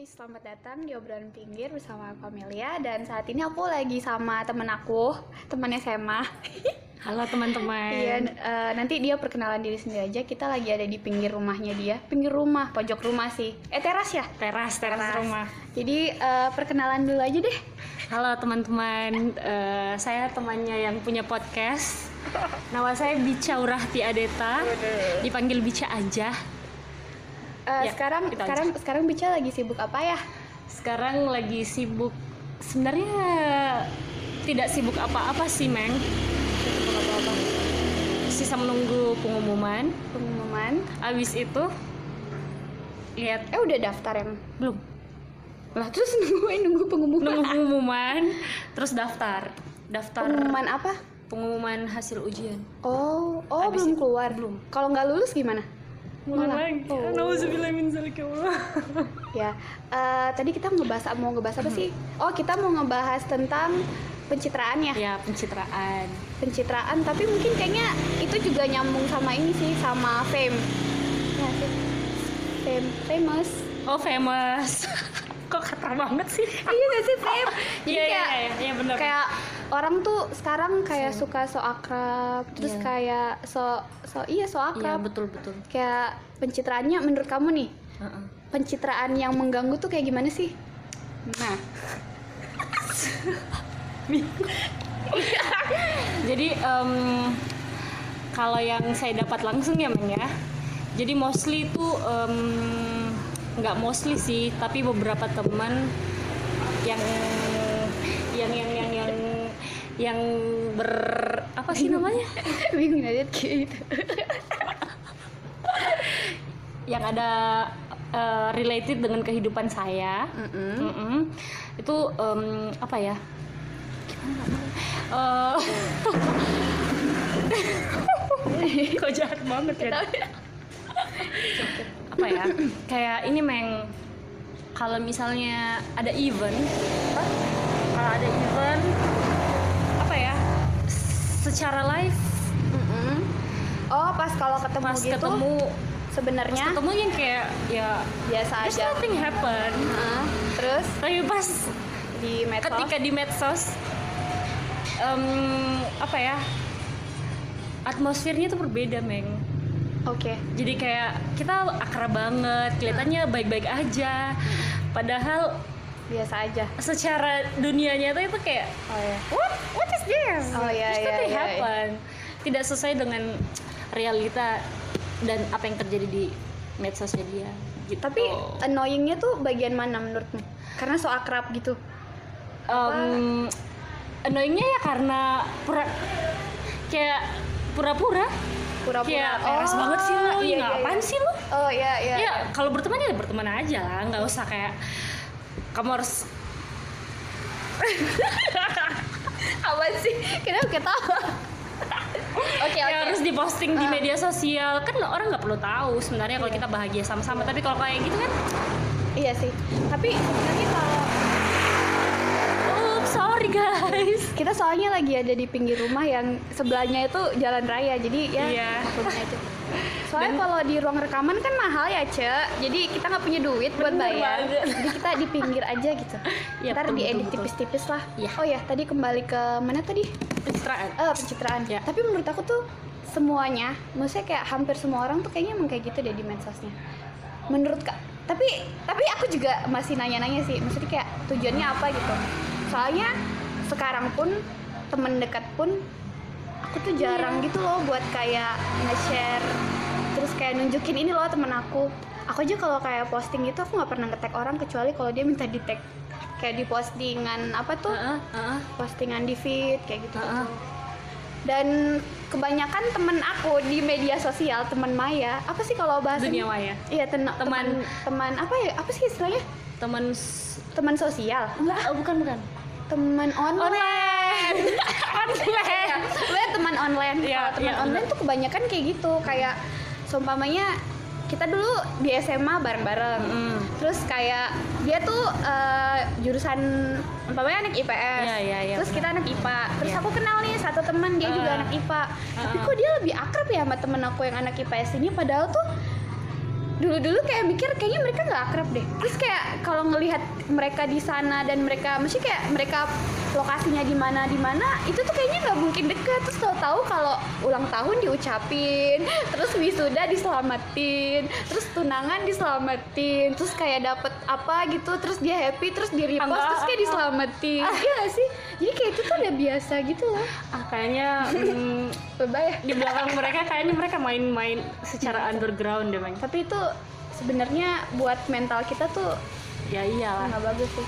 selamat datang di obrolan pinggir bersama aku Amelia dan saat ini aku lagi sama temen aku, teman SMA. Halo teman-teman. Iya, n- eh, nanti dia perkenalan diri sendiri aja. Kita lagi ada di pinggir rumahnya dia, pinggir rumah, pojok rumah sih. Eh teras ya? Teras, teras rumah. Jadi eh, perkenalan dulu aja deh. Halo teman-teman. Eh, saya temannya yang punya podcast. Nama saya Bica Urahti Adeta. Dipanggil Bica aja. Eh, Ya, sekarang kita aja. sekarang sekarang Bica lagi sibuk apa ya? Sekarang lagi sibuk. Sebenarnya tidak sibuk apa-apa sih, Meng. Sibuk apa-apa? Sisa menunggu pengumuman. Pengumuman. Abis itu lihat Eh udah daftar yang. belum. Lah terus nungguin nunggu pengumuman. Nunggu pengumuman, terus daftar. Daftar Pengumuman apa? pengumuman hasil ujian. Oh, oh Abis belum itu- keluar. belum. Kalau nggak lulus gimana? Mulai Malah. lagi. Oh. Nauzubillah min zalika, Allah. Ya, eh, tadi kita ngebahas mau ngebahas apa sih? Oh, kita mau ngebahas tentang pencitraan ya. Ya pencitraan. Pencitraan, tapi mungkin kayaknya itu juga nyambung sama ini sih, sama fame. Ya, sih. fame, famous. Oh famous. Kok kata banget sih? Iya nggak sih fame? Jadi Iya iya kayak iya ya, benar. kayak orang tuh sekarang kayak suka so akrab, terus Iya. kayak so so iya so Iya akrab. betul betul. Kayak pencitraannya menurut kamu nih, Heeh. pencitraan yang mengganggu tuh kayak gimana sih? Nah, Jadi em, kalau yang saya dapat langsung ya Meng ya. Jadi mostly itu em, nggak mostly sih, tapi beberapa teman yang yang yang yang yang yang ber apa sih namanya? bingung aja kayak gitu. yang ada eh, related dengan kehidupan saya. Mm-mm. Mm-mm. Itu em, apa ya? Gimana namanya? Eh, Kok jahat banget ya? apa ya? Kayak ini meng kalau misalnya ada event, kalau ada event apa ya? Secara live Mm-mm. Oh, pas kalau ketemu pas gitu ketemu sebenarnya ketemu yang kayak ya biasa there's aja. nothing happen. Heeh. terus Tapi pas di medsos ketika di medsos em, apa ya atmosfernya tuh berbeda meng Oke. jadi kayak kita akrab banget kelihatannya baik-baik aja padahal Biasa aja. secara dunia nyata itu kayak Oh ya. what what is this Oh, iya, Terus iya, nothing iya, iya. happen. tidak sesuai dengan realita dan apa yang terjadi di medsosnya dia gitu. Tapi annoyingnya tuh bagian mana menurutmu? Karena so akrab gitu. um, annoyingnya ya karena pura kayak pura-pura Pura-pura. kayak Iya, peres banget sih lo iya, iya, iya, ngapain iya. sih lo Oh iya iya. ya, kalau berteman ya berteman aja lah nggak usah kayak kamu harus Apa sih? Kenapa ketawa? Oke ya Ah. oke. harus diposting di media sosial kan orang nggak perlu tahu sebenarnya kalau kita bahagia sama-sama tapi kalau kayak gitu kan Iya sih. Tapi sebenarnya kalau oh sorry guys kita soalnya lagi ada di pinggir rumah yang sebelahnya itu jalan raya jadi ya Iya. maklumin aja soalnya kalau di ruang rekaman kan mahal ya ce jadi kita nggak punya duit buat Bener bayar banget. jadi kita di pinggir aja gitu Iya, ntar betul, diedit betul, betul. tipis-tipis lah Iya. oh ya tadi kembali ke mana tadi pencitraan Eh pencitraan Iya. tapi menurut aku tuh semuanya maksudnya kayak hampir semua orang tuh kayaknya emang kayak gitu deh di medsosnya menurut kak tapi tapi aku juga masih nanya-nanya sih maksudnya kayak tujuannya apa gitu soalnya sekarang pun temen dekat pun aku tuh jarang gitu loh buat kayak nge-share terus kayak nunjukin ini loh temen aku aku aja kalau kayak posting gitu aku nggak pernah nge-tag orang kecuali kalau dia minta di tag kayak di postingan apa tuh Heeh, heeh, postingan di feed kayak gitu heeh. dan kebanyakan temen aku di media sosial temen Maya apa sih kalau bahasa dunia maya iya ten- teman Teman- teman apa ya apa sih istilahnya teman s- teman sosial enggak oh, bukan bukan teman online online Iya. ya online sebenarnya teman online Iya, Kalau teman iya, online tuh kebanyakan kayak gitu kayak seumpamanya kita dulu di SMA bareng-bareng Mm. terus kayak dia tuh eh, jurusan umpamanya anak IPS Iya, iya, iya, terus kita anak IPA terus Iya. aku kenal nih satu teman dia juga Eh. anak IPA tapi Eh, eh. kok dia lebih akrab ya sama temen aku yang anak IPS ini padahal tuh dulu-dulu kayak mikir kayaknya mereka nggak akrab deh terus kayak kalau ngelihat mereka di sana dan mereka mesti kayak mereka lokasinya di mana di mana itu tuh kayaknya nggak mungkin deket terus tahu-tahu kalau ulang tahun diucapin terus wisuda diselamatin terus tunangan diselamatin terus kayak dapet apa gitu terus dia happy terus di repost Enggak, terus kayak enggak. diselamatin iya gak sih jadi kayak itu tuh udah biasa gitu loh ah kayaknya mm, bye bye di belakang mereka kayaknya mereka main-main secara underground deh Mang. tapi itu sebenarnya buat mental kita tuh ya iyalah nggak bagus sih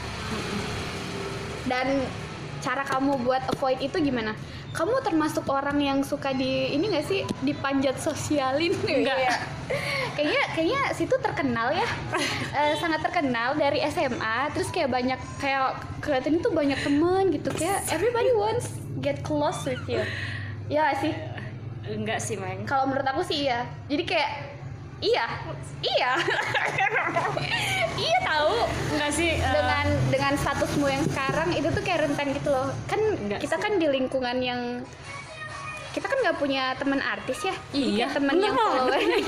dan cara kamu buat avoid itu gimana kamu termasuk orang yang suka di ini nggak sih dipanjat sosialin Enggak. Iya. kayaknya kayaknya situ terkenal ya Eh, sangat terkenal dari SMA terus kayak banyak kayak kelihatan itu banyak temen gitu kayak everybody wants get close with you ya sih enggak sih Mang. kalau menurut aku sih iya jadi kayak iya iya iya tahu enggak sih eh, dengan dengan statusmu yang sekarang itu tuh kayak rentan gitu loh kan Enggak kita sih. kan di lingkungan yang kita kan nggak punya teman artis ya Jadi Iya, kayak teman yang bener. followernya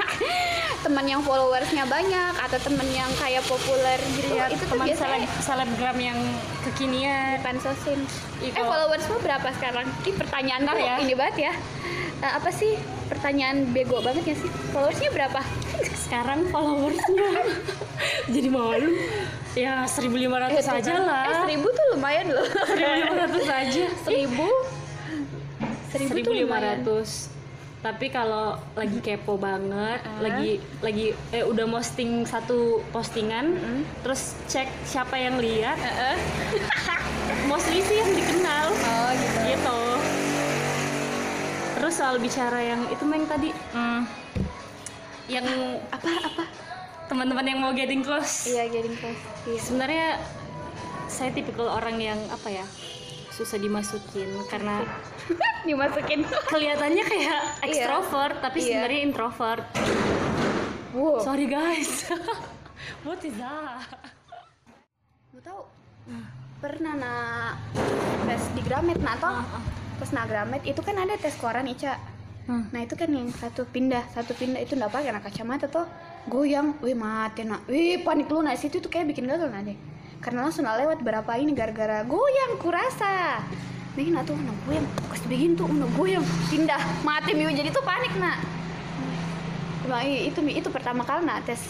teman yang followersnya banyak atau teman yang kayak populer gitu ya, itu tuh teman biasanya seleb- selebgram yang kekinian dipansosin Ih, eh kalau- followersmu berapa sekarang ini pertanyaan Bentar kamu Iya. ya. ini banget ya Eh, apa sih pertanyaan bego banget ya sih followersnya berapa sekarang followersnya jadi malu ya 1500 aja lah eh seribu tuh lumayan loh 1500 aja seribu seribu tuh lumayan 1500 tapi kalau lagi kepo banget Ah. lagi lagi eh udah posting satu postingan Mm-mm. terus cek siapa yang lihat Heeh. mostly sih yang dikenal Oh gitu. gitu terus soal bicara yang itu main tadi hmm, yang Apa apa? teman-teman yang mau getting close Iya getting close. Iya. sebenarnya saya tipikal orang yang apa ya susah dimasukin karena Dimasukin. kelihatannya kayak ekstrovert Iya. tapi sebenarnya introvert Wow. sorry guys what is that Mau tahu? Pernah na tes di Gramet nah toh? Ah, ah. Pas na Gramet itu kan ada tes koran Ica. Hmm. Nah itu kan yang satu pindah, satu pindah itu nggak pakai anak kacamata toh goyang, wih mati nak, wih panik lu nah situ tuh kayak bikin gagal nah deh. Karena langsung nak lewat berapa ini gara-gara goyang kurasa. Nih nah tuh nak goyang, pas begin tuh nak goyang, pindah, mati miu jadi tuh panik nak. Nah, i- itu Mi. itu pertama kali nak tes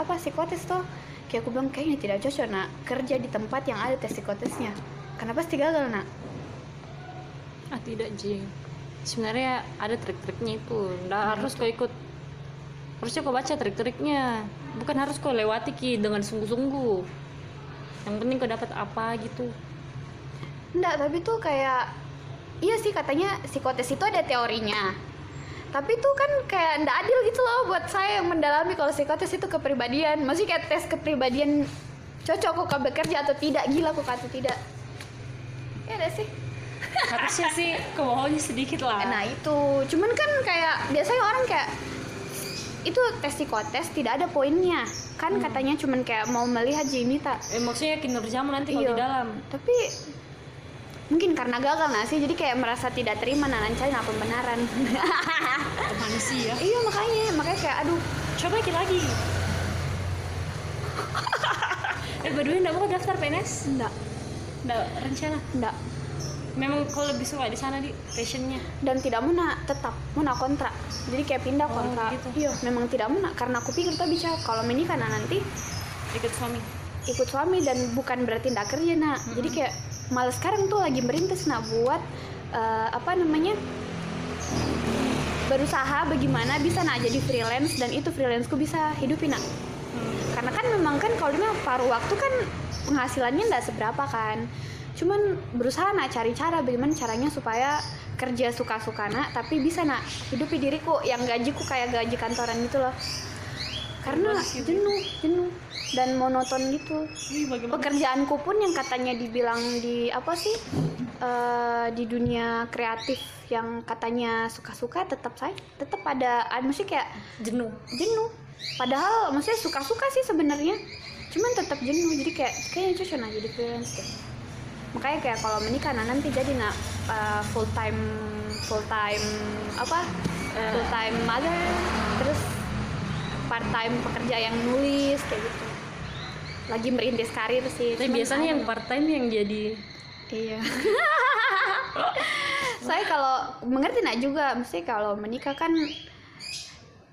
apa psikotes tuh kayak aku bilang kayaknya tidak cocok nak kerja di tempat yang ada tes psikotesnya karena pasti gagal nak ah tidak Ji sebenarnya ada trik-triknya itu nggak harus kau ikut harusnya kau baca trik-triknya bukan harus kau lewati ki dengan sungguh-sungguh yang penting kau dapat apa gitu Enggak, tapi tuh kayak iya sih katanya psikotes itu ada teorinya. Tapi tuh kan kayak ndak adil gitu loh buat saya yang mendalami kalau psikotes itu kepribadian. Masih kayak tes kepribadian cocok kok bekerja atau tidak, gila kok atau tidak. Ya nggak sih. harusnya sih kebohongannya sedikit lah Nah, itu. Cuman kan kayak biasanya orang kayak itu tes psikotes tidak ada poinnya. Kan katanya cuman kayak mau melihat Jamie tak Eh, maksudnya kinerjamu nanti kalau Iya. di dalam. tapi mungkin karena gagal nggak sih jadi kayak merasa tidak terima nah cari nah pembenaran Kemana sih ya? iya makanya makanya kayak aduh Coba ikut lagi. eh, by the way, enggak mau daftar PNS? enggak Enggak, rencana. enggak Memang kau lebih suka di sana, di passionnya. dan tidak mau nak tetap mau nak kontrak jadi kayak pindah Oh, kontrak gitu. iya memang tidak mau nak karena aku pikir tuh bisa kalau menikah nah nanti Ikut suami. ikut suami dan bukan berarti ndak kerja nak jadi kayak malah sekarang tuh lagi merintis nak buat eh, apa namanya berusaha bagaimana bisa nak jadi freelance dan itu freelanceku bisa hidupin nah. nak Hmm. karena kan memang kan kalau dia bilang paruh waktu kan penghasilannya nggak seberapa kan cuman berusaha nak cari cara bagaimana caranya supaya kerja suka-suka nak tapi bisa nak hidupi diriku yang gajiku kayak gaji kantoran gitu loh karena Bagus gitu. jenuh jenuh dan monoton gitu Wih, bagaimana? pekerjaanku pun yang katanya dibilang di apa sih eh, di dunia kreatif yang katanya suka-suka tetap saya tetap ada ada- mesti kayak Jenuh. jenuh padahal maksudnya suka-suka sih sebenarnya cuman tetap jenuh jadi kayak kayaknya cocok nah jadi freelance deh makanya kayak kalau menikah nah nanti jadi nah uh, full time full time apa Eh. full time mother terus part time pekerja yang nulis kayak gitu lagi merintis karir sih Tapi Cuman biasanya ada- yang part time yang jadi Iya. Saya kalau mengerti nak juga, mesti kalau menikah kan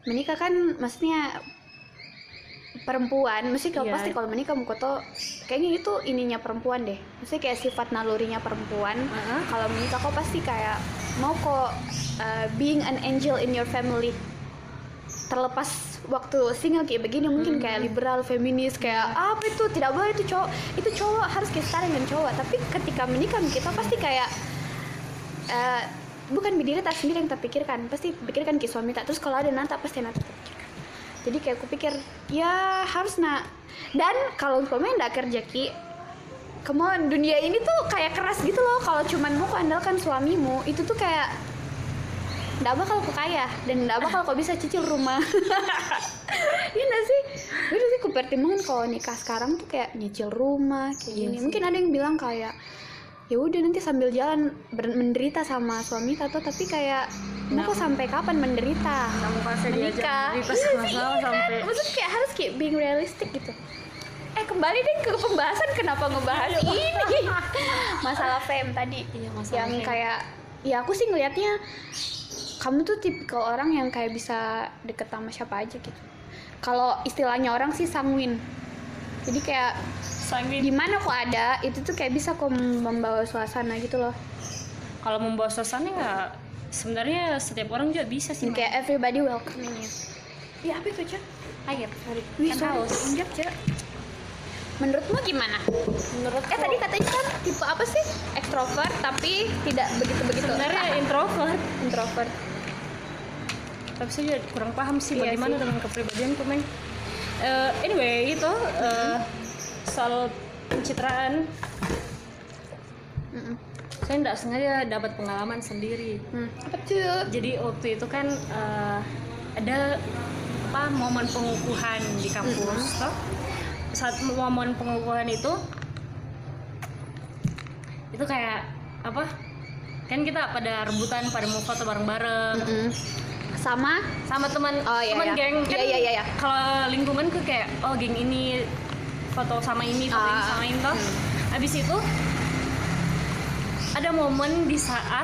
menikah kan maksudnya perempuan, mesti kalau Iya. pasti kalau menikah mukoto kayaknya itu ininya perempuan deh. Mesti kayak sifat nalurinya perempuan. Heeh. Nah, Kalau menikah kok pasti kayak mau kok uh, being an angel in your family. Terlepas waktu single kayak begini mungkin kayak liberal, feminis kayak apa itu tidak boleh itu cowok itu cowok harus kayak setara dengan cowok. Tapi ketika menikah kita pasti kayak eh, bukan diri tak sendiri yang tak pikirkan pasti pikirkan ke suami tak terus kalau ada nanta pasti nanta tak pikirkan jadi kayak aku pikir ya harus nak dan kalau umpamanya ndak kerja ki kamu dunia ini tuh kayak keras gitu loh kalau cuman mau andalkan suamimu itu tuh kayak ndak bakal kau kaya dan ndak bakal kau bisa cicil rumah iya nggak sih udah sih kupertimbangkan kalau nikah sekarang tuh kayak nyicil rumah kayak Iya gini sih. mungkin ada yang bilang kayak ya udah nanti sambil jalan ber- menderita sama suami tato tapi kayak mau Nah. kok sampai kapan menderita kamu merasa menikah diajak Iya sih, iya masalah kan? sampai maksudnya kayak harus kayak being realistic gitu eh kembali deh ke pembahasan kenapa ngebahas ini masalah fame tadi Iya, masalah yang fame. kayak ya aku sih ngelihatnya kamu tuh tipikal orang yang kayak bisa deket sama siapa aja gitu kalau istilahnya orang sih sanguin jadi kayak sanguin. di mana kok ada itu tuh kayak bisa kok membawa suasana gitu loh Kalau membawa suasana nggak sebenarnya setiap orang juga bisa sih. Yang kayak everybody welcoming you ya apa itu cek air, sorry. Wih, Kan sorry, haus. injak, Cek. Menurutmu gimana? Menurut eh tadi katanya kan tipe apa sih? Extrovert tapi tidak begitu-begitu. Sebenarnya Ah, introvert, introvert. tapi saya juga kurang paham sih Iya bagaimana sih. dengan kepribadianku, Meng. Eh, anyway, itu eh, Mm-hmm. soal pencitraan Mm-mm. saya nggak sengaja dapat pengalaman sendiri Hmm. Apa tuh? jadi waktu itu kan eh, ada apa momen pengukuhan di kampus toh saat momen pengukuhan itu itu kayak apa kan kita pada rebutan pada mau foto bareng-bareng Mm-mm. Sama sama teman Oh, iya, teman iya. geng kan Iya, iya, iya, iya. kalau lingkungan tuh kayak oh geng ini foto sama ini foto ini Ah, sama ini toh abis itu ada momen di saat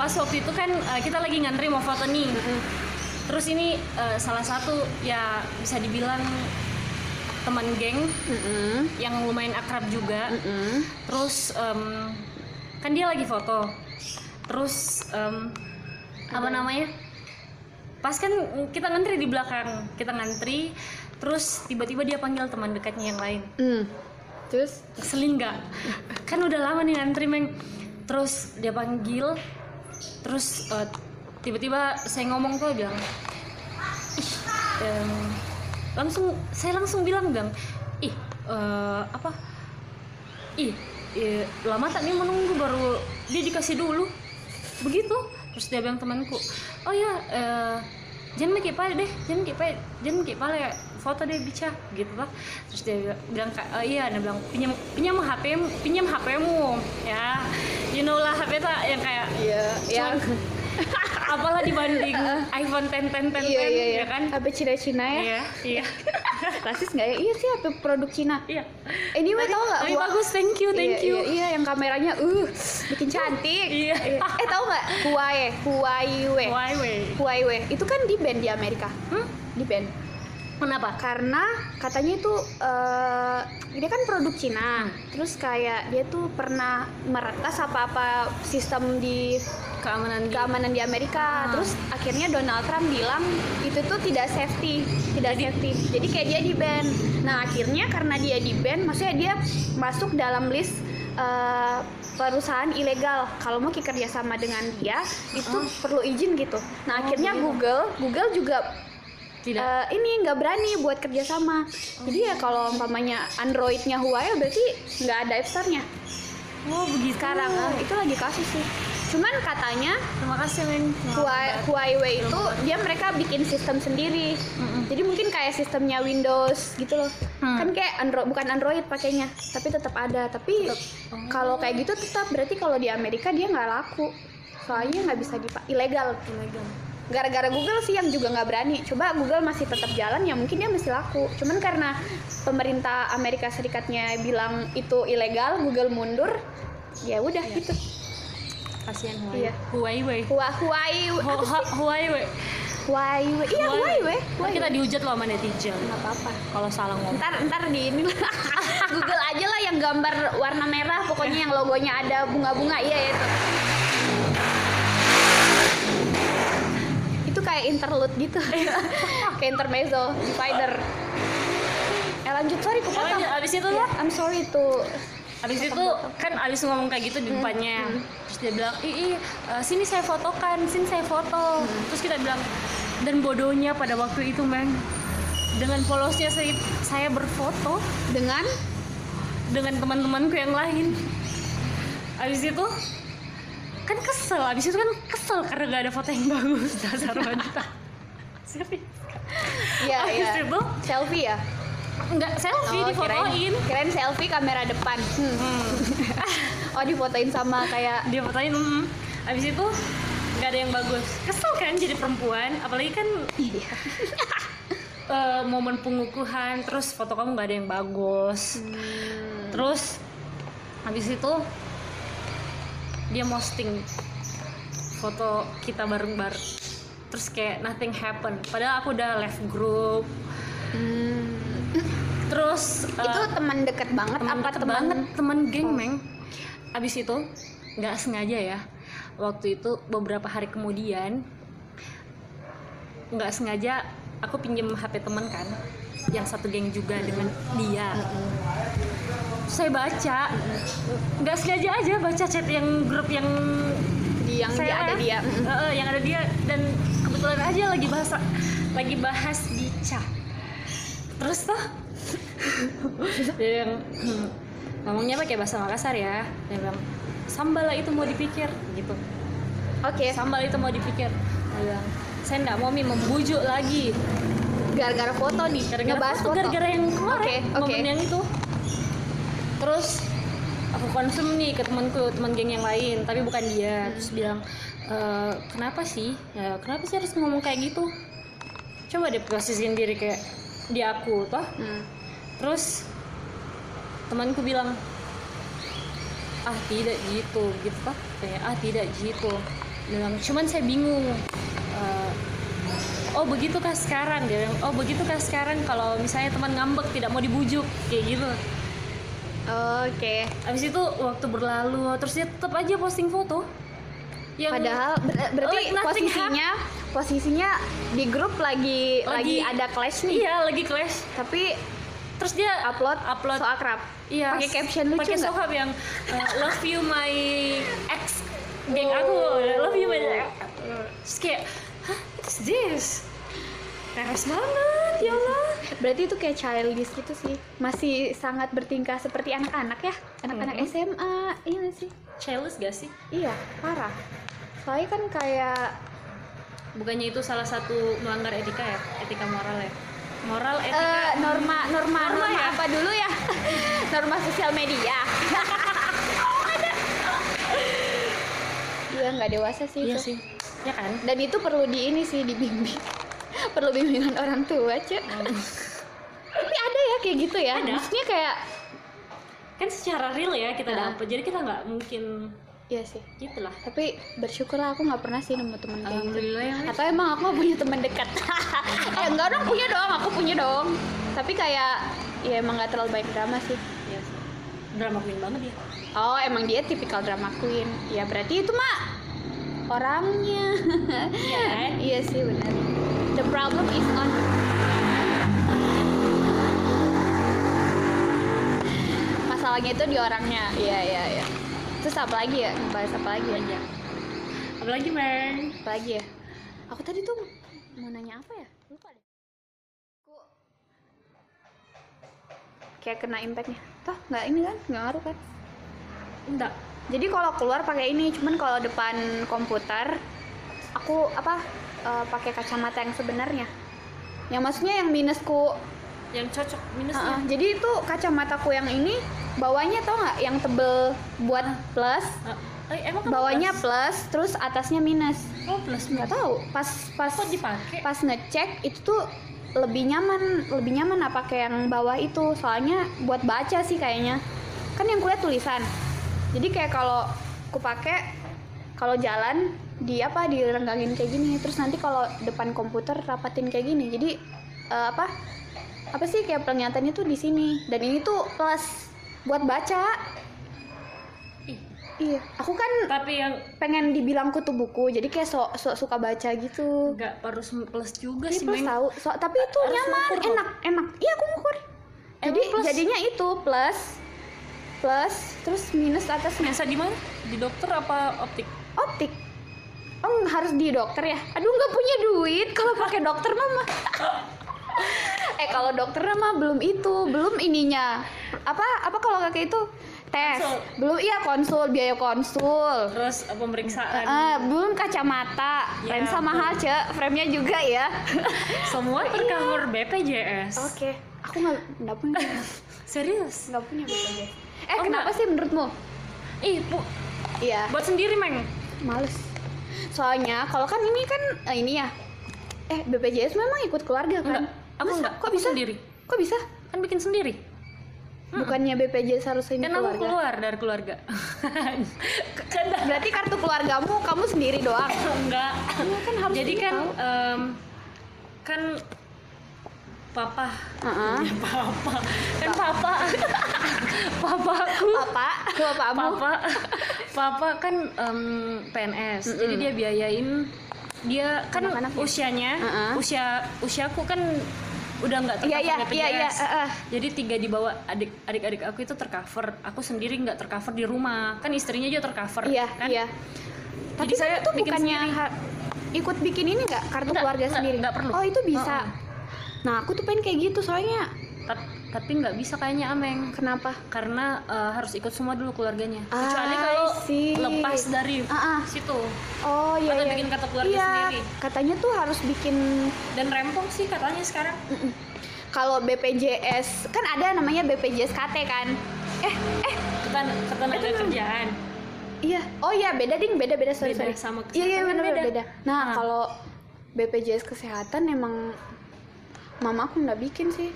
pas waktu itu kan eh, kita lagi ngantri mau foto nih Hmm. terus ini eh, salah satu ya bisa dibilang teman geng Mm-mm. yang lumayan akrab juga Mm-mm. terus em, kan dia lagi foto terus em, apa namanya pas kan kita ngantri di belakang kita ngantri terus tiba-tiba dia panggil teman dekatnya yang lain Mm. Terus keselin nggak kan udah lama nih ngantri meng terus dia panggil terus eh, tiba-tiba saya ngomong tuh bilang ih em, langsung saya langsung bilang bilang ih eh, apa ih eh, lama tak nih menunggu baru dia dikasih dulu begitu terus dia bilang temanku oh ya eh, jangan make pale deh jangan make pale jangan make pale foto deh bica gitu lah terus dia bilang- bilang "Kak, "Oh iya dia bilang pinjam pinjam HP pinjam HPmu ya you know lah HP tak yang kayak Iya, yang apalah dibanding iPhone 10 10 10 iya iya iya ya kan Apa Cina-Cina ya? iya iya Rasis nggak ya? Iya sih, apa produk Cina. iya Anyway, tau nggak? tapi Wah, bagus thank you thank iya, you Iya, iya, yang kameranya uh bikin cantik. Iya. Eh tahu nggak Huawei, Huawei, why way Huawei itu kan di band di Amerika, iya. hmm? di band. kenapa Karena katanya itu eh, dia kan produk Cina. Terus kayak dia tuh pernah meretas apa-apa sistem di keamanan di- keamanan di Amerika. Ah. Terus akhirnya Donald Trump bilang itu tuh tidak safety, tidak safety. Jadi kayak dia di ban. Nah akhirnya karena dia di ban, maksudnya dia masuk dalam list eh, perusahaan ilegal. Kalau mau ki kerja sama dengan dia, itu perlu izin gitu. Nah akhirnya Google, Google juga tidak eh, ini nggak berani buat kerjasama. Jadi ya kalau umpamanya Androidnya Huawei berarti nggak ada App Store-nya. oh begitu Sekarang eh, itu lagi kasus sih. Cuman katanya terima kasih men Huawei- Hmm. Huawei itu dia mereka bikin sistem sendiri. Mm-mm. Jadi mungkin kayak sistemnya Windows gitu loh. Hmm. Kan kayak Android bukan Android pakainya, tapi tetap ada. Tapi Oh. kalau kayak gitu tetap berarti kalau di Amerika dia nggak laku. Soalnya nggak bisa dipak ilegal. Ilegal. gara-gara Google sih yang juga nggak berani coba Google masih tetap jalan ya mungkin dia masih laku cuman karena pemerintah Amerika Serikatnya bilang itu ilegal Google mundur ya udah Iya. gitu kasihan Huawei. Iya. Huawei. Hua, Huawei Ho- ha- Huawei. Huawei iya Huawei. Huawei Huawei Kita dihujat loh sama netizen nggak apa-apa kalau salah ngomong. ntar ntar di ini lah. Google aja lah yang gambar warna merah pokoknya yang logonya ada bunga-bunga iya ya itu itu kayak interlude gitu kayak intermezzo divider eh lanjut sorry kepotong Lanjut, abis itu Ya, lah. I'm sorry tuh Abis itu kan abis ngomong kayak gitu di Hmm, depannya. Terus dia bilang, "Ih, ih, eh, sini saya fotokan, sini saya Hmm. foto." Terus kita bilang, "Dan bodohnya pada waktu itu, Meng. Dengan polosnya saya, saya berfoto dengan dengan teman-temanku yang lain." Abis itu kan kesel, abis itu kan kesel karena gak ada foto yang bagus dasar wanita. Serius. ya Abis ya itu? selfie ya Nggak selfie Oh, difotoin. kirain selfie kamera depan Hmm. oh difotoin sama kayak dia fotoin mm. abis itu nggak ada yang bagus kesel kan jadi perempuan apalagi kan eh, momen pengukuhan terus foto kamu nggak ada yang bagus terus abis itu dia posting foto kita bareng-bareng terus kayak nothing happen padahal aku udah left group Hmm. terus eh, itu teman deket banget apa deket teman banget teman geng meng abis itu nggak sengaja ya waktu itu beberapa hari kemudian nggak sengaja aku pinjem hp teman kan yang satu geng juga dengan dia Terus saya baca nggak sengaja aja baca chat yang grup yang di yang dia saya ada dia Mm. Mm-mm. Eh, eh, yang ada dia dan kebetulan aja lagi bahas lagi bahas bica terus tuh dia yang hmm, ngomongnya pakai bahasa Makassar ya dia bilang sambala itu mau dipikir gitu oke sambal itu mau dipikir dia bilang saya nggak mau mi membujuk lagi gara-gara foto nih gara-gara ngebahas itu foto gara-gara yang kemarin Oke, oke. momen yang itu terus aku konfirm nih ke temanku teman geng yang lain tapi bukan Hmm. dia terus bilang "E, kenapa sih Ya, kenapa sih harus ngomong kayak gitu coba deh posisiin diri kayak di aku toh Hmm. terus temanku bilang ah tidak gitu gitu Pak. kayak ah tidak gitu Dia bilang cuman saya bingung Eh, oh begitu kah sekarang dia bilang oh begitu kah sekarang kalau misalnya teman ngambek tidak mau dibujuk kayak gitu oke abis itu waktu berlalu terus dia tetap aja posting foto yang Oh, padahal ber- berarti Like nothing posisinya posisinya di grup lagi lagi, ada clash nih iya lagi clash tapi terus dia upload upload so akrab Iya. pakai caption lucu Pakai nggak sokap yang uh, love you my ex geng Oh. aku, love you my ex. Terus kayak, hah, what's this? Teres banget, ya Allah. berarti itu kayak childish gitu sih masih sangat bertingkah seperti anak-anak ya anak-anak Mhm. SMA iya nggak sih Childish gak sih? iya parah soalnya kan kayak Bukannya itu salah satu melanggar etika ya, etika moral ya. Moral Eh, etika. norma norma norma, Norma ya? apa dulu ya norma sosial media Iya nggak dewasa sih iya itu. sih. Ya kan? dan itu perlu di ini sih dibimbing perlu bimbingan orang tua cek tapi ada ya kayak gitu ya Ada. maksudnya kayak Kan secara real ya kita Ah. dapet, jadi kita nggak mungkin iya sih gitu lah. tapi bersyukurlah aku nggak pernah sih nemu temen kayak gitu. Alhamdulillah ya. Mas. atau emang aku nggak punya teman dekat eh enggak dong punya dong aku punya dong tapi kayak ya emang nggak terlalu banyak drama sih Iya sih. Drama queen banget ya. Oh, emang dia tipikal drama queen. Ya berarti itu mah orangnya. Iya kan? iya sih benar. The problem is on. Masalahnya itu di orangnya. Iya iya iya. Terus apa lagi ya? Bahas apa lagi ya? Apalagi, Meng? Apa lagi ya? Aku tadi tuh mau nanya apa ya? Lupa deh. Aku kayak kena impactnya. Toh nggak ini kan? Nggak ngaruh kan? Enggak. Jadi kalau keluar pakai ini, cuman kalau depan komputer aku apa eh, pakai kacamata yang sebenarnya. Yang maksudnya yang minusku. yang cocok ya? Heeh, minusnya Jadi itu kacamataku yang ini bawahnya tau nggak yang tebel buat plus, Ah, eh, emang kamu bawahnya plus? plus terus atasnya minus oh plus nggak tahu pas pas kok dipakai pas ngecek itu tuh lebih nyaman lebih nyaman apa pakai yang bawah itu soalnya buat baca sih kayaknya kan yang kuliah tulisan jadi kayak kalau aku pakai kalau jalan di apa direnggangin kayak gini terus nanti kalau depan komputer rapatin kayak gini jadi eh, apa apa sih kayak penglihatannya tuh di sini dan ini tuh plus buat baca Ih, iya aku kan tapi yang pengen dibilang kutu buku jadi kayak sok sok suka baca gitu nggak harus plus juga Iya sih plus Meng. tahu. So, tapi itu Harus nyaman, ngukur dong. enak, enak. Iya aku ngukur. Emang Jadi plus? jadinya itu plus plus terus minus atasnya biasa di mana di dokter apa optik optik. Oh nggak harus di dokter ya? Aduh nggak punya duit kalau pakai dokter mama. eh kalau dokter mah belum itu, belum ininya. Apa apa kalau kakek itu tes? Konsul. Belum iya konsul, biaya konsul. terus eh, pemeriksaan Eh, belum kacamata, Ya, lensa mahal cek, frame-nya juga ya. semua tercover BPJS iya. Oke, aku nggak nggak punya. serius nggak punya BPJS. Eh Oh, kenapa nggak. sih menurutmu? ih bu Iya, buat sendiri meng males. Soalnya kalau kan ini kan eh, ini ya. Eh BPJS memang ikut keluarga kan? enggak aku Masa? enggak Kok Aku bisa? sendiri Kok bisa? kan bikin sendiri Bukannya BPJS harus ini kan aku keluarga? keluar dari keluarga kan Berarti kartu keluargamu kamu sendiri doang. enggak Iya kan harus jadi ini kan tahu. em, kan papa Heeh. papa kan papa papa Papa, papamu. papa papa kan em, PNS jadi dia biayain dia kan Anak-anak ya? usianya Heeh. usia usiaku kan udah nggak Iya, iya, tercover iya, iya, BPJS. heeh. jadi tiga di bawah adik adik adik aku itu tercover aku sendiri nggak tercover di rumah kan istrinya juga tercover Iya, kan iya. Tapi saya kan itu bikin bukannya ha- ikut bikin ini nggak kartu Nggak, keluarga nggak, sendiri? nggak perlu. Oh itu bisa. Heeh. Nah aku tuh pengen kayak gitu soalnya. Ta- tapi nggak bisa kayaknya ameng Kenapa? karena eh, harus ikut semua dulu keluarganya Ah, kecuali kalau I see. lepas dari Ah, ah. situ Oh iya Atau iya. bikin kartu keluarga Iya, sendiri. Katanya tuh harus bikin dan rempong sih katanya sekarang kalau BPJS kan ada namanya BPJS KT kan. Eh eh ketan ketenaga kerjaan iya. Oh iya beda ding beda beda sorry sorry. Beda sama Iya iya kesehatan benar beda. beda. Nah Ah. kalau BPJS kesehatan emang mama aku nggak bikin sih.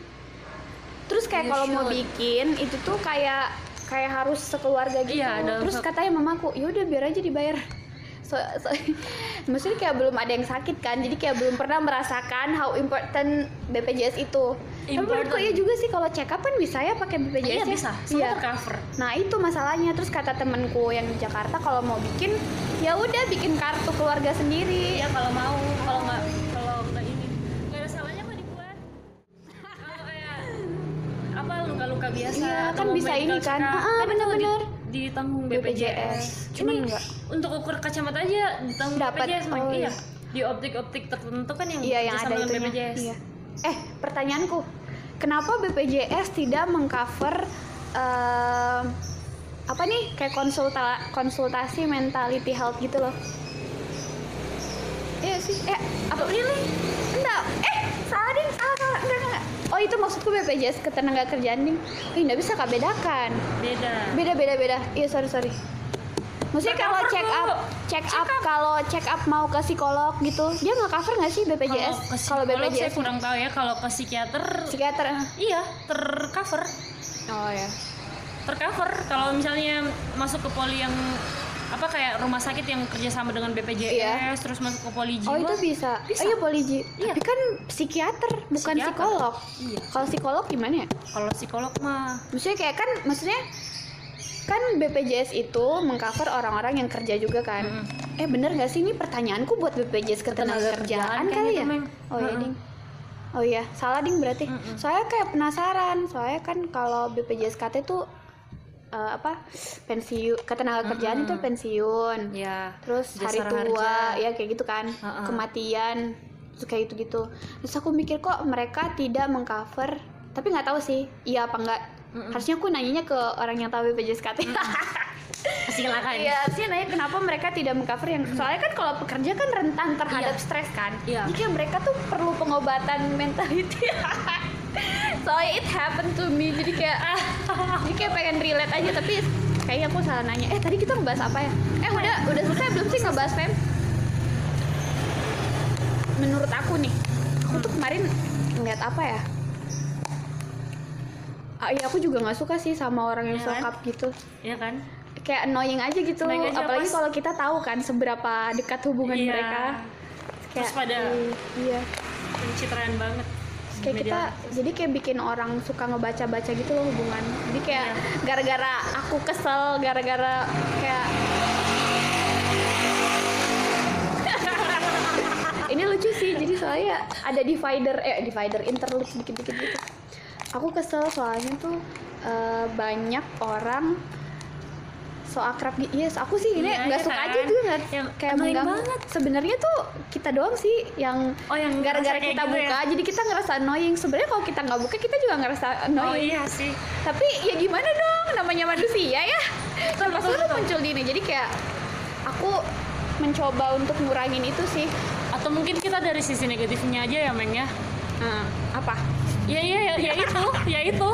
Terus kayak You kalau mau should. bikin itu tuh kayak kayak harus sekeluarga gitu. Iya, dalam Terus satu- katanya mamaku, yaudah biar aja dibayar. So, so- maksudnya kayak belum ada yang sakit kan, jadi kayak belum pernah merasakan how important BPJS itu. Tapi menurutku Important. iya juga sih kalau check up kan bisa ya pakai BPJS. iya ya? bisa semua Iya. tercover Nah itu masalahnya. Terus kata temenku yang di Jakarta kalau mau bikin, ya udah bikin kartu keluarga sendiri. Iya kalau mau, kalau nggak kalau nggak ini nggak ada salahnya kok dibuat. Kalau kayak apa luka-luka biasa. Iya, atau kan mau bisa medical ini kan. check Ah, up, kan itu di- benar-benar. ditanggung BPJS. BPJS. Cuman Cuman nggak. untuk ukur kacamata aja ditanggung Dapat. BPJS. Mak. Oh, iya. iya. Di optik-optik tertentu kan yang Iya yang kerja ada sama dengan itunya. BPJS. Iya. Eh pertanyaanku, kenapa BPJS tidak mengcover em, apa nih kayak konsulta konsultasi mentality health gitu loh? Iya sih. Eh apa really? Enggak. Eh salah ding. Salah salah. Enggak enggak. enggak. Oh itu maksudku BPJS ketenaga kerjaan ding. Ih nggak bisa kak bedakan. Beda. Beda beda beda. Iya sorry sorry. Maksudnya kalau Tercover check up, dulu. check, up, kalau check up mau ke psikolog gitu, dia nggak cover nggak sih BPJS? Kalau Kalau ke psikolog saya BPJS kurang tahu ya kalau ke psikiater psikiater. ah. iya tercover Oh iya. ya. tercover kalau misalnya masuk ke poli yang apa kayak rumah sakit yang kerjasama dengan BPJS Iya. terus masuk ke poli jiwa Oh itu bisa. Bisa. Oh, iya polisi. Iya. Tapi kan psikiater bukan Psikiater. psikolog. Iya. Kalau psikolog gimana ya? kalau psikolog mah Maksudnya kayak kan maksudnya kan BPJS itu mengcover orang-orang yang kerja juga kan. Eh bener nggak sih ini pertanyaanku buat BPJS ketenagakerjaan kali Ketenagakerjaan ya? kayaknya tuh, Meng. Oh iya Mm-mm. ding. Oh iya, salah ding berarti. Soalnya kayak penasaran, soalnya kan kalau BPJS KT tuh eh, apa pensiun ketenagakerjaan itu pensiun. ya terus hari jasa tua raharja. ya kayak gitu kan Ha-ha. kematian terus kayak gitu gitu terus aku mikir kok mereka tidak mengcover tapi nggak tahu sih iya apa enggak harusnya aku nanyanya ke orang yang tahu BPJS KT silakan iya harusnya nanya kenapa mereka tidak mengcover yang soalnya kan kalau pekerja kan rentan terhadap Iya. stres kan Iya. jadi kayak mereka tuh perlu pengobatan mentality ah, soalnya it happened to me jadi kayak jadi kayak pengen relate aja tapi kayaknya aku salah nanya eh tadi kita ngebahas apa ya eh udah udah selesai belum sih ngebahas fem menurut aku nih aku tuh kemarin ngeliat apa ya ah iya aku juga nggak suka sih sama orang yang Iya kan? sokap gitu Iya kan? kayak annoying aja gitu Annoying aja, apalagi pas- kalau kita tahu kan seberapa dekat hubungan Iya. mereka Terus pada eh, iya pencitraan banget. Terus kayak di media kita jadi kayak bikin orang suka ngebaca-baca gitu loh hubungan jadi kayak Iya. gara-gara aku kesel gara-gara kayak ini lucu sih jadi soalnya ada divider eh divider interlude dikit-dikit gitu aku kesel soalnya tuh eh, banyak orang so akrab gitu yes aku sih ini Iya, nggak iya suka kan? aja tuh nggak Yang kayak annoying mengganggu banget. sebenarnya tuh kita doang sih yang Oh, yang gara-gara ngerasa kayak kita gitu ya? buka jadi kita ngerasa annoying sebenarnya kalau kita nggak buka kita juga ngerasa Oh annoying iya sih. tapi ya gimana dong namanya manusia ya lepas betul, itu betul. muncul di ini jadi kayak aku mencoba untuk ngurangin itu sih Atau mungkin kita dari sisi negatifnya aja ya, Meng ya. Hmm, apa Ya ya ya, ya itu, ya itu.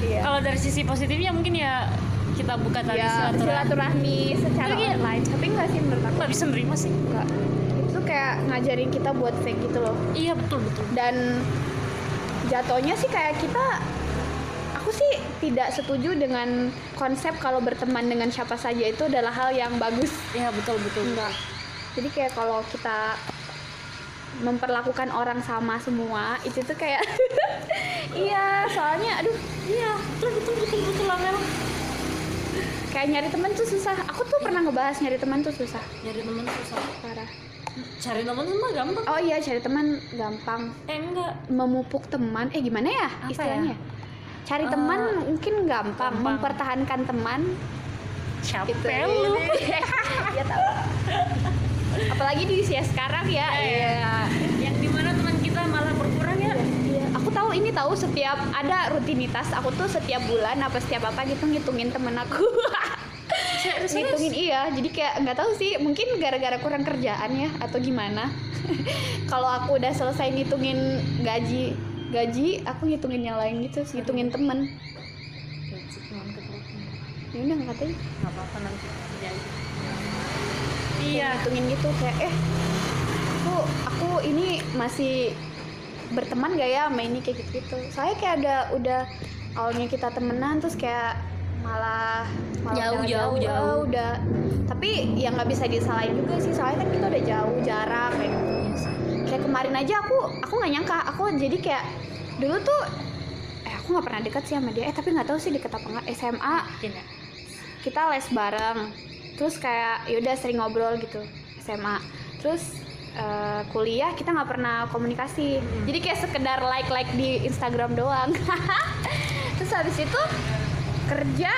Iya. Kalau dari sisi positifnya mungkin ya kita buka tadi ya silaturahmi. silaturahmi secara Tapi kayak- online tapi nggak sih menurut aku Nggak bisa nerima sih. nggak itu kayak ngajarin kita buat fake gitu loh Iya betul betul. dan jatuhnya sih kayak kita aku sih tidak setuju dengan konsep kalau berteman dengan siapa saja itu adalah hal yang bagus Iya betul betul. enggak jadi kayak kalau kita memperlakukan orang sama semua itu tuh kayak iya soalnya aduh Iya betul betul betul betul Amel. kayak nyari teman tuh susah aku tuh pernah ngebahas nyari teman tuh susah Nyari teman susah. parah Cari teman mah gampang. oh iya cari teman gampang Eh enggak. memupuk teman eh gimana ya Apa istilahnya ya? cari Eh, teman mungkin gampang, gampang. mempertahankan teman Siapa gitu lu? ya tahu apalagi di usia sekarang ya Iya. Yang dimana teman kita malah berkurang ya. Iya, aku tahu ini tahu setiap ada rutinitas aku tuh setiap bulan apa setiap apa gitu ngitungin temen aku Serius? ngitungin iya jadi kayak nggak tahu sih mungkin gara-gara kurang kerjaan ya atau gimana kalau aku udah selesai ngitungin gaji gaji aku ngitungin yang lain gitu ngitungin temen Gaji teman keterusan. ya udah nggak tahu Nggak apa-apa nanti kerja aja. Iya. ngitungin gitu kayak eh aku aku ini masih berteman gak ya sama ini kayak gitu gitu saya kayak ada udah awalnya kita temenan terus kayak malah malah Jauh, udah jauh, ah, jauh. udah tapi yang nggak bisa disalahin juga sih soalnya kan kita udah jauh jarak kayak gitu. Iya, kayak kemarin aja aku aku nggak nyangka aku jadi kayak dulu tuh eh aku nggak pernah dekat sih sama dia eh tapi nggak tahu sih deket apa nggak SMA Mungkin ya. kita les bareng terus kayak yaudah sering ngobrol gitu SMA terus eh, kuliah kita nggak pernah komunikasi Mm. jadi kayak sekedar like like di Instagram doang terus habis itu kerja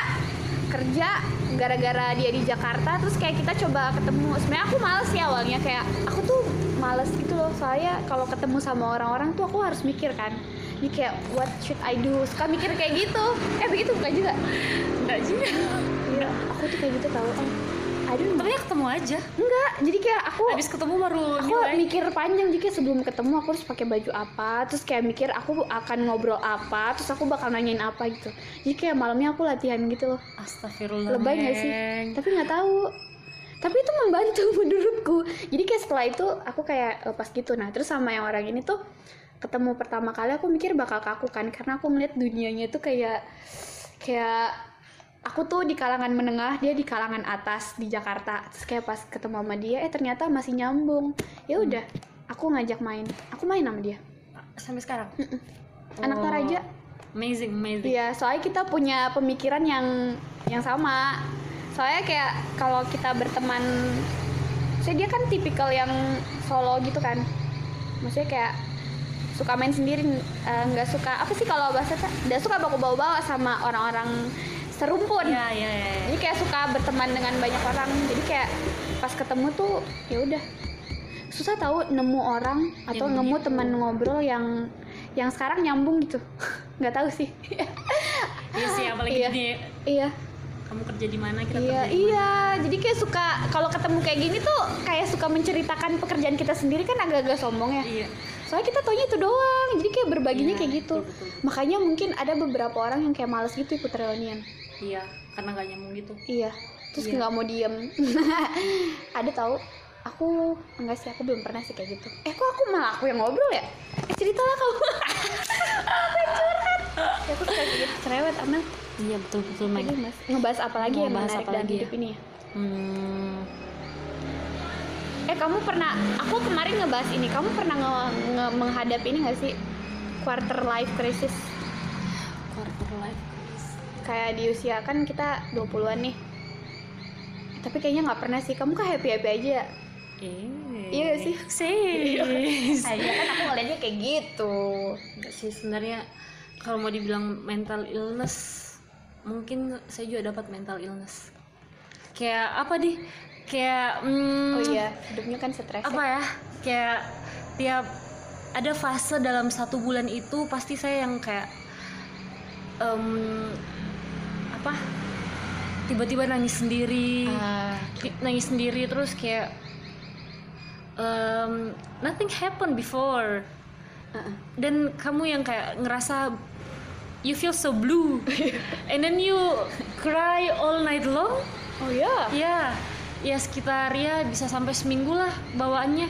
kerja gara-gara dia di Jakarta terus kayak kita coba ketemu sebenarnya aku males sih awalnya kayak aku tuh males gitu loh soalnya kalau ketemu sama orang-orang tuh aku harus mikir kan jadi kayak what should I do suka mikir kayak gitu eh begitu bukan juga Enggak juga. Iya, aku tuh kayak gitu tau. Oh, I don't know. Tapi ya ketemu aja. Enggak, jadi kayak aku Habis ketemu baru Oh. aku nilai. mikir panjang jadi kayak sebelum ketemu aku harus pakai baju apa, terus kayak mikir aku akan ngobrol apa, terus aku bakal nanyain apa gitu. Jadi kayak malamnya aku latihan gitu loh. Astagfirullah. Lebay nggak sih? Tapi nggak tahu. Tapi itu membantu menurutku. Jadi kayak setelah itu aku kayak lepas gitu. Nah, terus sama yang orang ini tuh ketemu pertama kali aku mikir bakal kaku kan karena aku ngeliat dunianya tuh kayak kayak aku tuh di kalangan menengah dia di kalangan atas di Jakarta terus kayak pas ketemu sama dia eh ternyata masih nyambung ya udah aku ngajak main aku main sama dia Sampai sekarang. anak Oh, Toraja Amazing, amazing. Iya, soalnya kita punya pemikiran yang yang sama. Soalnya kayak kalau kita berteman, saya dia kan tipikal yang solo gitu kan. Maksudnya kayak suka main sendiri, eh, nggak suka apa sih kalau bahasa nggak suka bawa-bawa sama orang-orang serumpun. Iya, iya, iya. Jadi kayak suka berteman dengan banyak orang. Jadi kayak pas ketemu tuh ya udah susah tahu nemu orang atau Yang nemu gitu. teman ngobrol yang yang sekarang nyambung gitu. nggak tahu sih. Iya sih, apalagi Iya. di iya. kamu kerja di mana Iya, kita kerja di iya. Jadi kayak suka kalau ketemu kayak gini tuh kayak suka menceritakan pekerjaan kita sendiri kan agak-agak sombong ya. mana. Iya. Soalnya kita taunya itu doang. Jadi kayak berbaginya Iya, kayak gitu. betul, betul. Makanya mungkin ada beberapa orang yang kayak males gitu ikut reunian. Iya. karena nggak nyambung gitu Iya, terus Iya. nggak mau diem. Ada tahu? Aku enggak sih, aku belum pernah sih kayak gitu. Eh, kok aku malah aku yang ngobrol ya? Eh, ceritalah kamu. Apa curhat? Ya, aku suka gitu, cerewet, Amel. iya betul betul Meg Jadi mas, ngebahas apa lagi Mau yang bahas menarik apa dalam lagi ya? hidup ini ya? hmm, Eh, kamu pernah? Aku kemarin ngebahas ini. Kamu pernah nge- nge- menghadapi ini nggak sih? Quarter life crisis. quarter life Kayak di usia kan kita 20-an nih. Tapi kayaknya nggak pernah sih. Kamu kan happy-happy aja. ya? eh, Iya nggak sih? sis. Iya kan aku ngeliatnya kayak gitu. Enggak sih sebenarnya kalau mau dibilang mental illness mungkin saya juga dapat mental illness kayak apa deh kayak mm, Oh iya, hidupnya kan stres. apa ya? ya kayak tiap ada fase dalam satu bulan itu pasti saya yang kayak em, apa tiba-tiba nangis sendiri Ah, Di- nangis sendiri terus kayak em, nothing happened before uh-uh. dan kamu yang kayak ngerasa you feel so blue and then you cry all night long Oh iya. ya ya sekitar ya bisa sampai seminggu lah bawaannya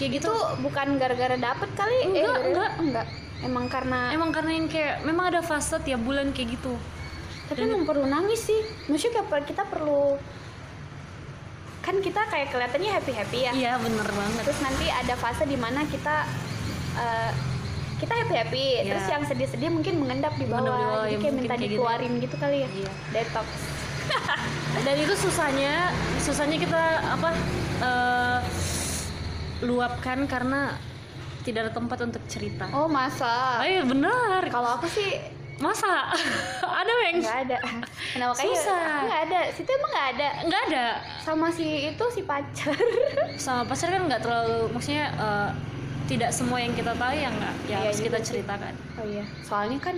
kayak gitu Itu bukan gara-gara dapet kali? Eh, Enggak, gara-gara- enggak. enggak. Emang karena emang karena yang kayak memang ada fase tiap bulan kayak gitu tapi emang perlu nangis sih. Maksudnya kayak per- kita perlu kan kita kayak kelihatannya happy happy ya. iya bener banget Terus nanti ada fase dimana kita eh, kita happy happy. Iya. Terus yang sedih sedih mungkin mengendap di bawah. Mengendap di Jadi bawah, ya, kayak mungkin minta kayak gitu. dikeluarin gitu. kali ya. Iya. Detox. dan itu susahnya susahnya kita apa eh, luapkan karena tidak ada tempat untuk cerita Oh masa? Ayo bener Kalau aku sih masa ada yang nggak ada. Kenapa kayak Susah. nggak ada? Situ emang nggak ada. nggak ada Sama si itu si pacar. sama pacar kan nggak terlalu maksudnya eh, tidak semua yang kita tahu yang nggak yang Iya harus kita juga sih. ceritakan Oh iya. Soalnya kan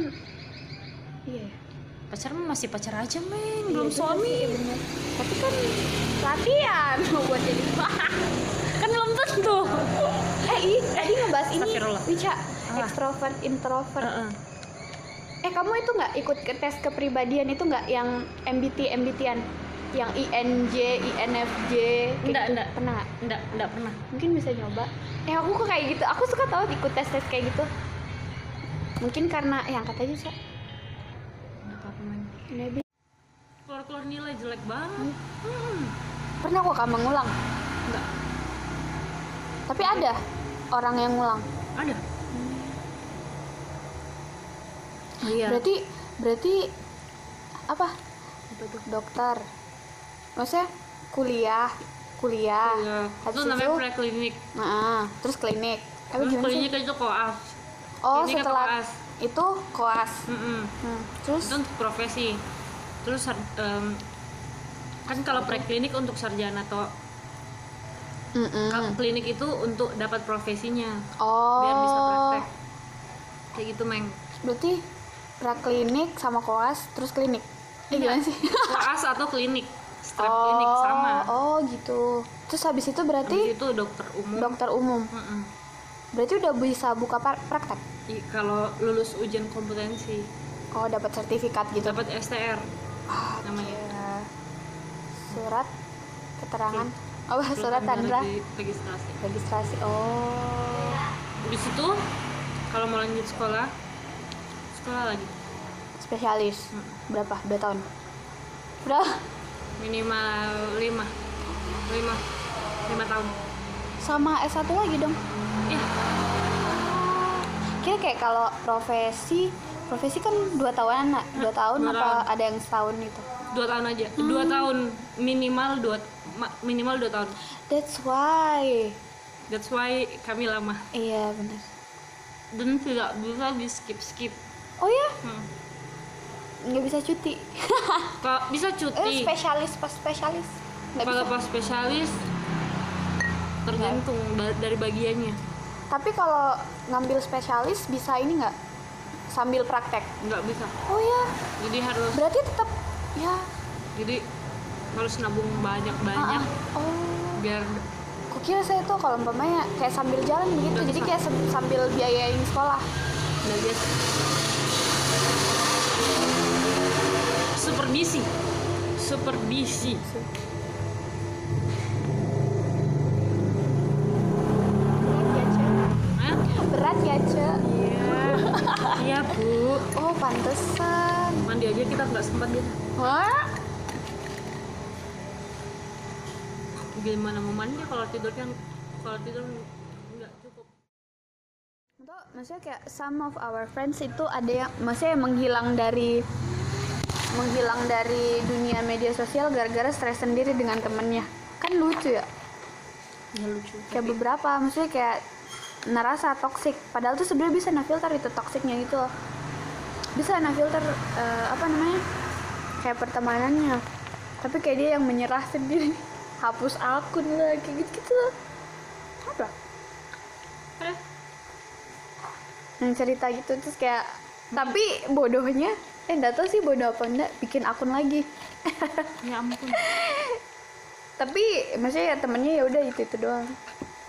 iya. ya. pacar mah masih pacar aja men Kan belum Iya, suami bener sih, bener. Tapi kan latihan mau buat jadi kan belum tentu eh ih, tadi ngebahas ini Astagfirullah. Wica Ah. extrovert introvert Heeh. eh kamu itu nggak ikut ke tes kepribadian itu nggak yang MBT MBTIan yang INJ INFJ kayak Nggak, gitu? nggak. pernah nggak? nggak nggak pernah mungkin bisa nyoba eh aku kok kayak gitu aku suka tau ikut tes tes kayak gitu mungkin karena eh angkat aja cak nggak apa-apa men Maybe. keluar keluar nilai jelek banget Hmm. pernah kok kamu ngulang nggak tapi ada orang yang ngulang ada Oh, iya berarti berarti apa Iya. dokter maksudnya kuliah kuliah Iya. Ah, itu habis namanya itu preklinik nah, terus klinik tapi Terus gimana sih klinik itu koas oh klinik atau setelah kan koas? itu koas Mm-mm. Hmm, terus itu untuk profesi terus sar- em, kan kalau preklinik untuk sarjana atau Mm-mm. klinik itu untuk dapat profesinya oh biar bisa praktek kayak gitu meng berarti praklinik sama koas terus klinik eh, gimana sih koas atau klinik strep Iya. klinik sama oh gitu terus habis itu berarti Habis itu dokter umum dokter umum Mm-mm. berarti udah bisa buka par- praktek I- kalau lulus ujian kompetensi oh dapat sertifikat gitu dapat STR Ah, namanya. iya. surat keterangan oh Terus surat kan baru tanda di- registrasi registrasi oh di situ kalau mau lanjut sekolah sekolah lagi spesialis Hmm. berapa dua tahun berapa minimal lima lima lima tahun sama S1 lagi dong ya kira kayak kalau profesi profesi kan dua tahunan nak dua tahun dua apa tahun. ada yang setahun gitu dua tahun aja dua Hmm. tahun minimal dua ma- minimal dua tahun that's why that's why kami lama iya bener dan tidak bisa di skip skip oh ya Hmm. nggak bisa cuti Kalau bisa eh cuti spesialis pas spesialis nggak kalau bisa pas spesialis tergantung ba- dari bagiannya tapi kalau ngambil spesialis bisa ini nggak sambil praktek nggak bisa oh ya jadi harus berarti tetap ya jadi harus nabung banyak ah, banyak ah. oh biar kukira saya tuh kalau umpamanya kayak sambil jalan gitu Nggak jadi bisa. kayak sam- sambil biayain sekolah nggak biasa super busy super busy Iya, Hah? berat ya cek iya bu oh pantesan mandi aja kita nggak sempat gitu wah gimana mau mandi kalau tidurnya kalau tidur nggak cukup Atau, maksudnya kayak some of our friends itu ada yang maksudnya yang menghilang dari menghilang dari dunia media sosial gara-gara stres sendiri dengan temennya kan lucu ya ya lucu kayak beberapa maksudnya kayak nerasa toxic padahal tuh sebenarnya bisa nafilter itu toksiknya gitu loh bisa nafilter eh, apa namanya kayak pertemanannya tapi kayak dia yang menyerah sendiri hapus akun lah kayak gitu gitu loh apa Eh. yang cerita gitu terus kayak tapi bodohnya eh nggak tahu sih bodoh apa enggak bikin akun lagi ya ampun tapi maksudnya ya temennya ya udah itu itu doang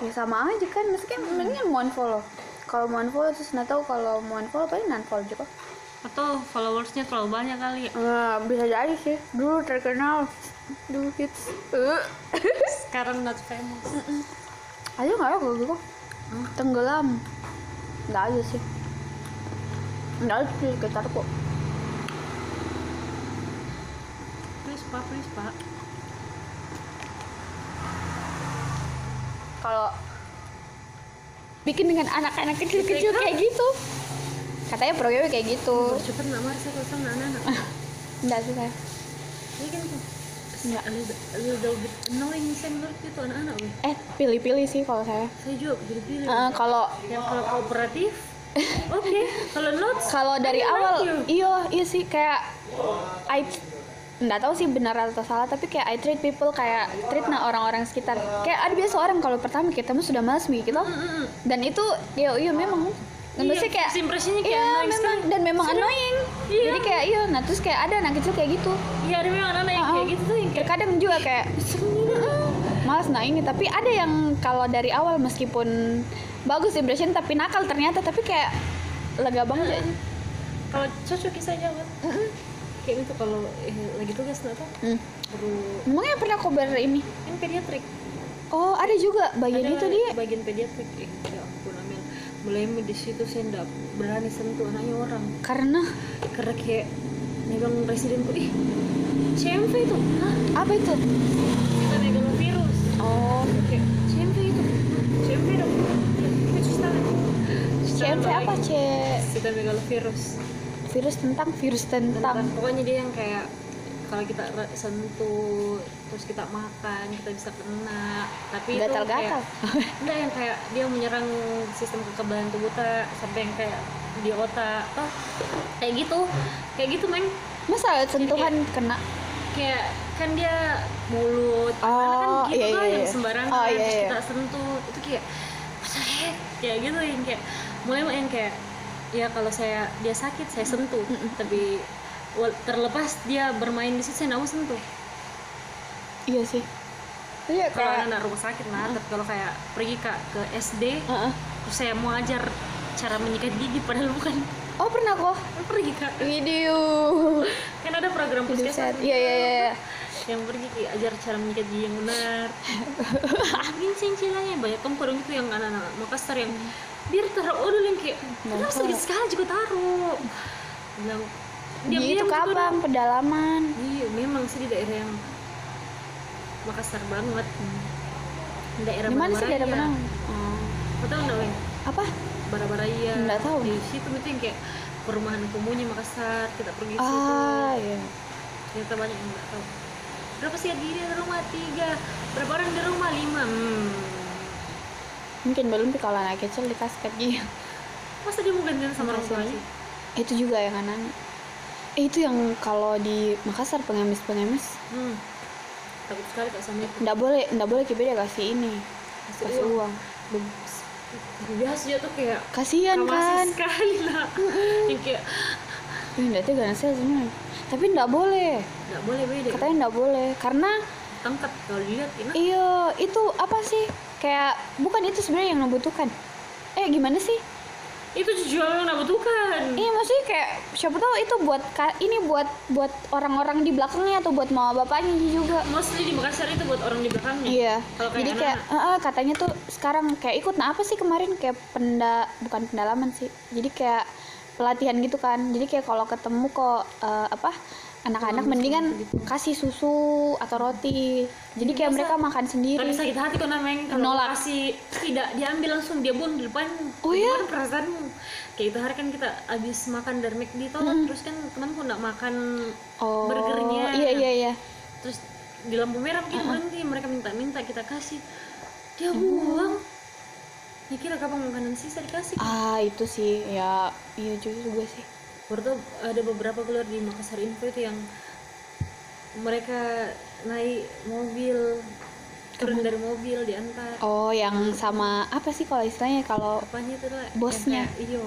ya sama aja kan maksudnya mendingan mau unfollow kalau mau unfollow terus nggak tahu kalau mau unfollow paling unfollow juga atau followersnya terlalu banyak kali ya nah, bisa jadi sih dulu terkenal dulu hits eh sekarang not famous ayo nggak ya kalau gitu tenggelam nggak aja sih nggak aja sih sekitar kok please pak please pak kalau bikin dengan anak-anak kecil-kecil kayak gitu katanya programnya kayak Oh. gitu cepet nggak marah saya kosong anak-anak enggak sih saya ini kan Nggak. a little, a little bit annoying saya menurut itu anak-anak loh. eh pilih-pilih sih kalau saya saya juga pilih-pilih Eh, kalau yang kalau kooperatif oke kalau not kalau dari I like awal iya iya sih kayak I nggak tahu sih benar atau salah tapi kayak I treat people kayak treat nah orang-orang sekitar kayak ada biasa orang kalau pertama ketemu sudah malas begitu loh dan itu ya iya memang Dan maksudnya kayak first impression-nya kayak iya annoying memang sekali. dan memang annoying Iya. jadi kayak iya nah terus kayak ada anak kecil kayak gitu iya ada memang anak-anak yang kayak Uh-uh. gitu tuh yang kayak terkadang juga kayak malas nah ini tapi ada yang kalau dari awal meskipun bagus impression tapi nakal ternyata tapi kayak lega banget aja. kalau cocok kisah jawab kayak gitu kalau eh, lagi tugas nggak apa Hmm. perlu Emangnya pernah kobar ini? kan pediatrik Oh, ada juga bagian Ada itu dia. bagian pediatrik eh, ya ampun Amel mulai di situ saya nggak berani sentuh anaknya orang Karena karena kayak megang presidenku ih CMV itu hah apa itu? kita megang virus Oh, kayak CMV itu CMV dong Kayak cuci tangan Cuci tangan CMV apa? lagi. C kita megang virus virus tentang virus tentang tentang. pokoknya dia yang kayak kalau kita re- sentuh terus kita makan kita bisa kena tapi itu Gatal-gatal. kayak enggak yang kayak dia menyerang sistem kekebalan tubuh kita sampai yang kayak di otak oh, kayak gitu kayak gitu men Masa sentuhan kena? kayak kan dia mulut Oh, kan iya, gitu kan iya, yang iya. sembarangan Oh, iya, terus iya. kita sentuh itu kayak what the heck? kayak gitu yang kayak mulai main kayak ya kalau saya dia sakit saya sentuh tapi wal- terlepas dia bermain di situ saya nggak mau sentuh Iya sih. Iya kalau kayak anak rumah sakit lah tapi kalau kayak pergi kak ke SD Heeh. terus saya mau ajar cara menyikat gigi padahal bukan Oh, pernah kok. pergi kak Video. kan ada program Video puskesmas set. Iya, iya, iya. yang pergi ki, ajar cara menyikat gigi yang benar gincing cilanya banyak tempurung itu yang anak-anak Makassar yang biar taruh odol yang kayak kenapa Mantap. sakit sekali juga taruh bilang Di itu juga dong. kabang pedalaman. iya memang sih di daerah yang Makassar banget Di daerah Di mana sih daerah Barabaraya. Penang? Kau tahu nggak Weng? Oh. Apa? Barabaraya Nggak tahu. di situ itu yang kayak perumahan kumunya Makassar kita pergi ke situ Ah, iya. ternyata banyak yang nggak tahu berapa sih gini di rumah tiga berapa orang di rumah lima hmm. Mungkin belum tapi kalau anak kecil dikasih kayak gitu. masa dia mau gantian sama orang Makasih. tuanya Itu juga yang anak. Eh, itu yang kalau di Makassar pengemis-pengemis hmm. takut sekali kak sama itu nggak boleh nggak boleh kita dia kasih ini Kasih kasih uang. uang biasa aja tuh kayak kasihan kan masih sekali lah yang kayak Ih, nanti gak nasi sebenarnya tapi nggak boleh nggak boleh beda katanya nggak boleh karena tangkap kalau dilihat ini iya itu apa sih kayak bukan itu sebenarnya yang membutuhkan eh gimana sih itu jualan apa bukan Iya maksudnya kayak siapa tahu itu buat ka- ini buat buat orang-orang di belakangnya atau buat mama bapaknya juga. mostly di Makassar itu buat orang di belakangnya Iya. kalau kayak Jadi kayak eh, eh, katanya tuh sekarang kayak ikut nah apa sih kemarin kayak penda bukan pendalaman sih. Jadi kayak pelatihan gitu kan. Jadi kayak kalau ketemu kok eh, apa anak-anak mendingan gitu. kasih susu atau roti. Jadi kayak mereka makan tapi sendiri. sakit hati kok nameng kalau Menolak. kasih tidak diambil langsung dia buang di depan Oh iya? Gimana perasaanmu kayak itu hari kan kita abis makan dari McD tau kan, terus kan temanku nggak makan Oh. burgernya Iya iya iya. terus di lampu merah kita berhenti mereka minta-minta kita kasih dia buang ya kira kapan makanan sisa dikasih Ah itu sih ya iya juga gue sih. Baru tuh ada beberapa keluar di Makassar Info itu yang mereka naik mobil turun dari mobil diantar Oh yang sama apa sih kalau istilahnya kalau apanya itu lah Bosnya. iyo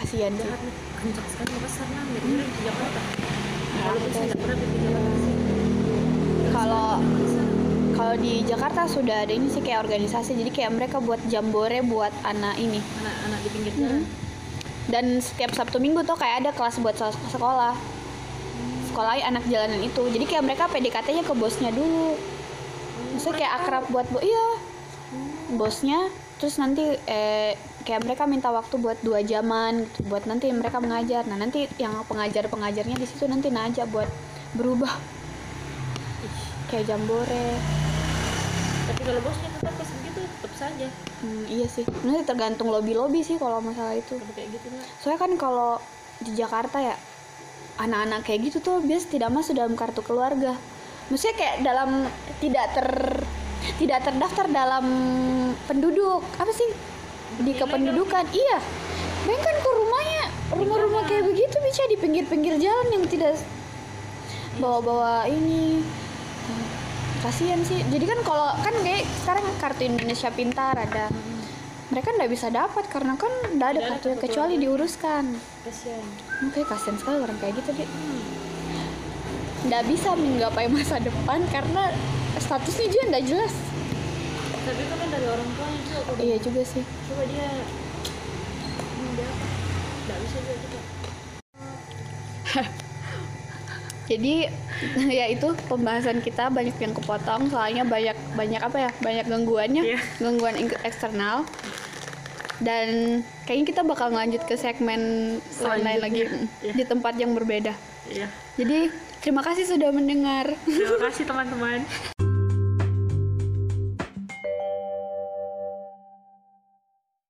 kasihan sih. jahat nih kencang sekali Makassar lah nggak mirip di Jakarta walaupun Iya, betul saya nggak pernah pergi ke Jakarta sih Kalau Makassar. kalau di Jakarta sudah ada ini sih kayak organisasi jadi kayak mereka buat jambore buat anak ini anak-anak di pinggir jalan dan setiap Sabtu Minggu tuh kayak ada kelas buat se- sekolah sekolah anak jalanan itu jadi kayak mereka PDKT-nya ke bosnya dulu Hmm. maksudnya kayak akrab buat bo iya bosnya terus nanti eh, kayak mereka minta waktu buat dua jaman gitu, buat nanti mereka mengajar nah nanti yang pengajar pengajarnya di situ nanti ngajak buat berubah kayak jambore tapi kalau bosnya tetap kayak segitu tetap saja Hmm, iya sih, sebenarnya tergantung lobby-lobby sih kalau masalah itu. kalau kayak gitu lah Soalnya kan kalau di Jakarta ya anak-anak kayak gitu tuh bias tidak masuk dalam kartu keluarga. Maksudnya kayak dalam tidak ter tidak terdaftar dalam penduduk apa sih di kependudukan iya Bang kan ke rumahnya rumah-rumah kayak begitu bisa di pinggir-pinggir jalan yang tidak bawa-bawa ini Hmm, kasihan sih jadi kan kalau kan kayak sekarang kartu Indonesia Pintar ada Hmm, mereka nggak bisa dapat karena kan nggak ada Nggak ada kartunya kartu kecuali diuruskan kasihan Oke, kasihan sekali orang kayak gitu deh. Nggak bisa menggapai masa depan karena statusnya juga nggak jelas. tapi itu kan dari orang tuanya juga kalau Iya juga sih. coba dia hmm, dia apa nggak bisa juga kita Jadi ya itu pembahasan kita banyak yang kepotong soalnya banyak banyak apa ya banyak gangguannya Iya. gangguan ing- eksternal dan kayaknya kita bakal lanjut ke segmen lain lagi mm, Iya. di tempat yang berbeda. iya Jadi terima kasih sudah mendengar. terima kasih teman-teman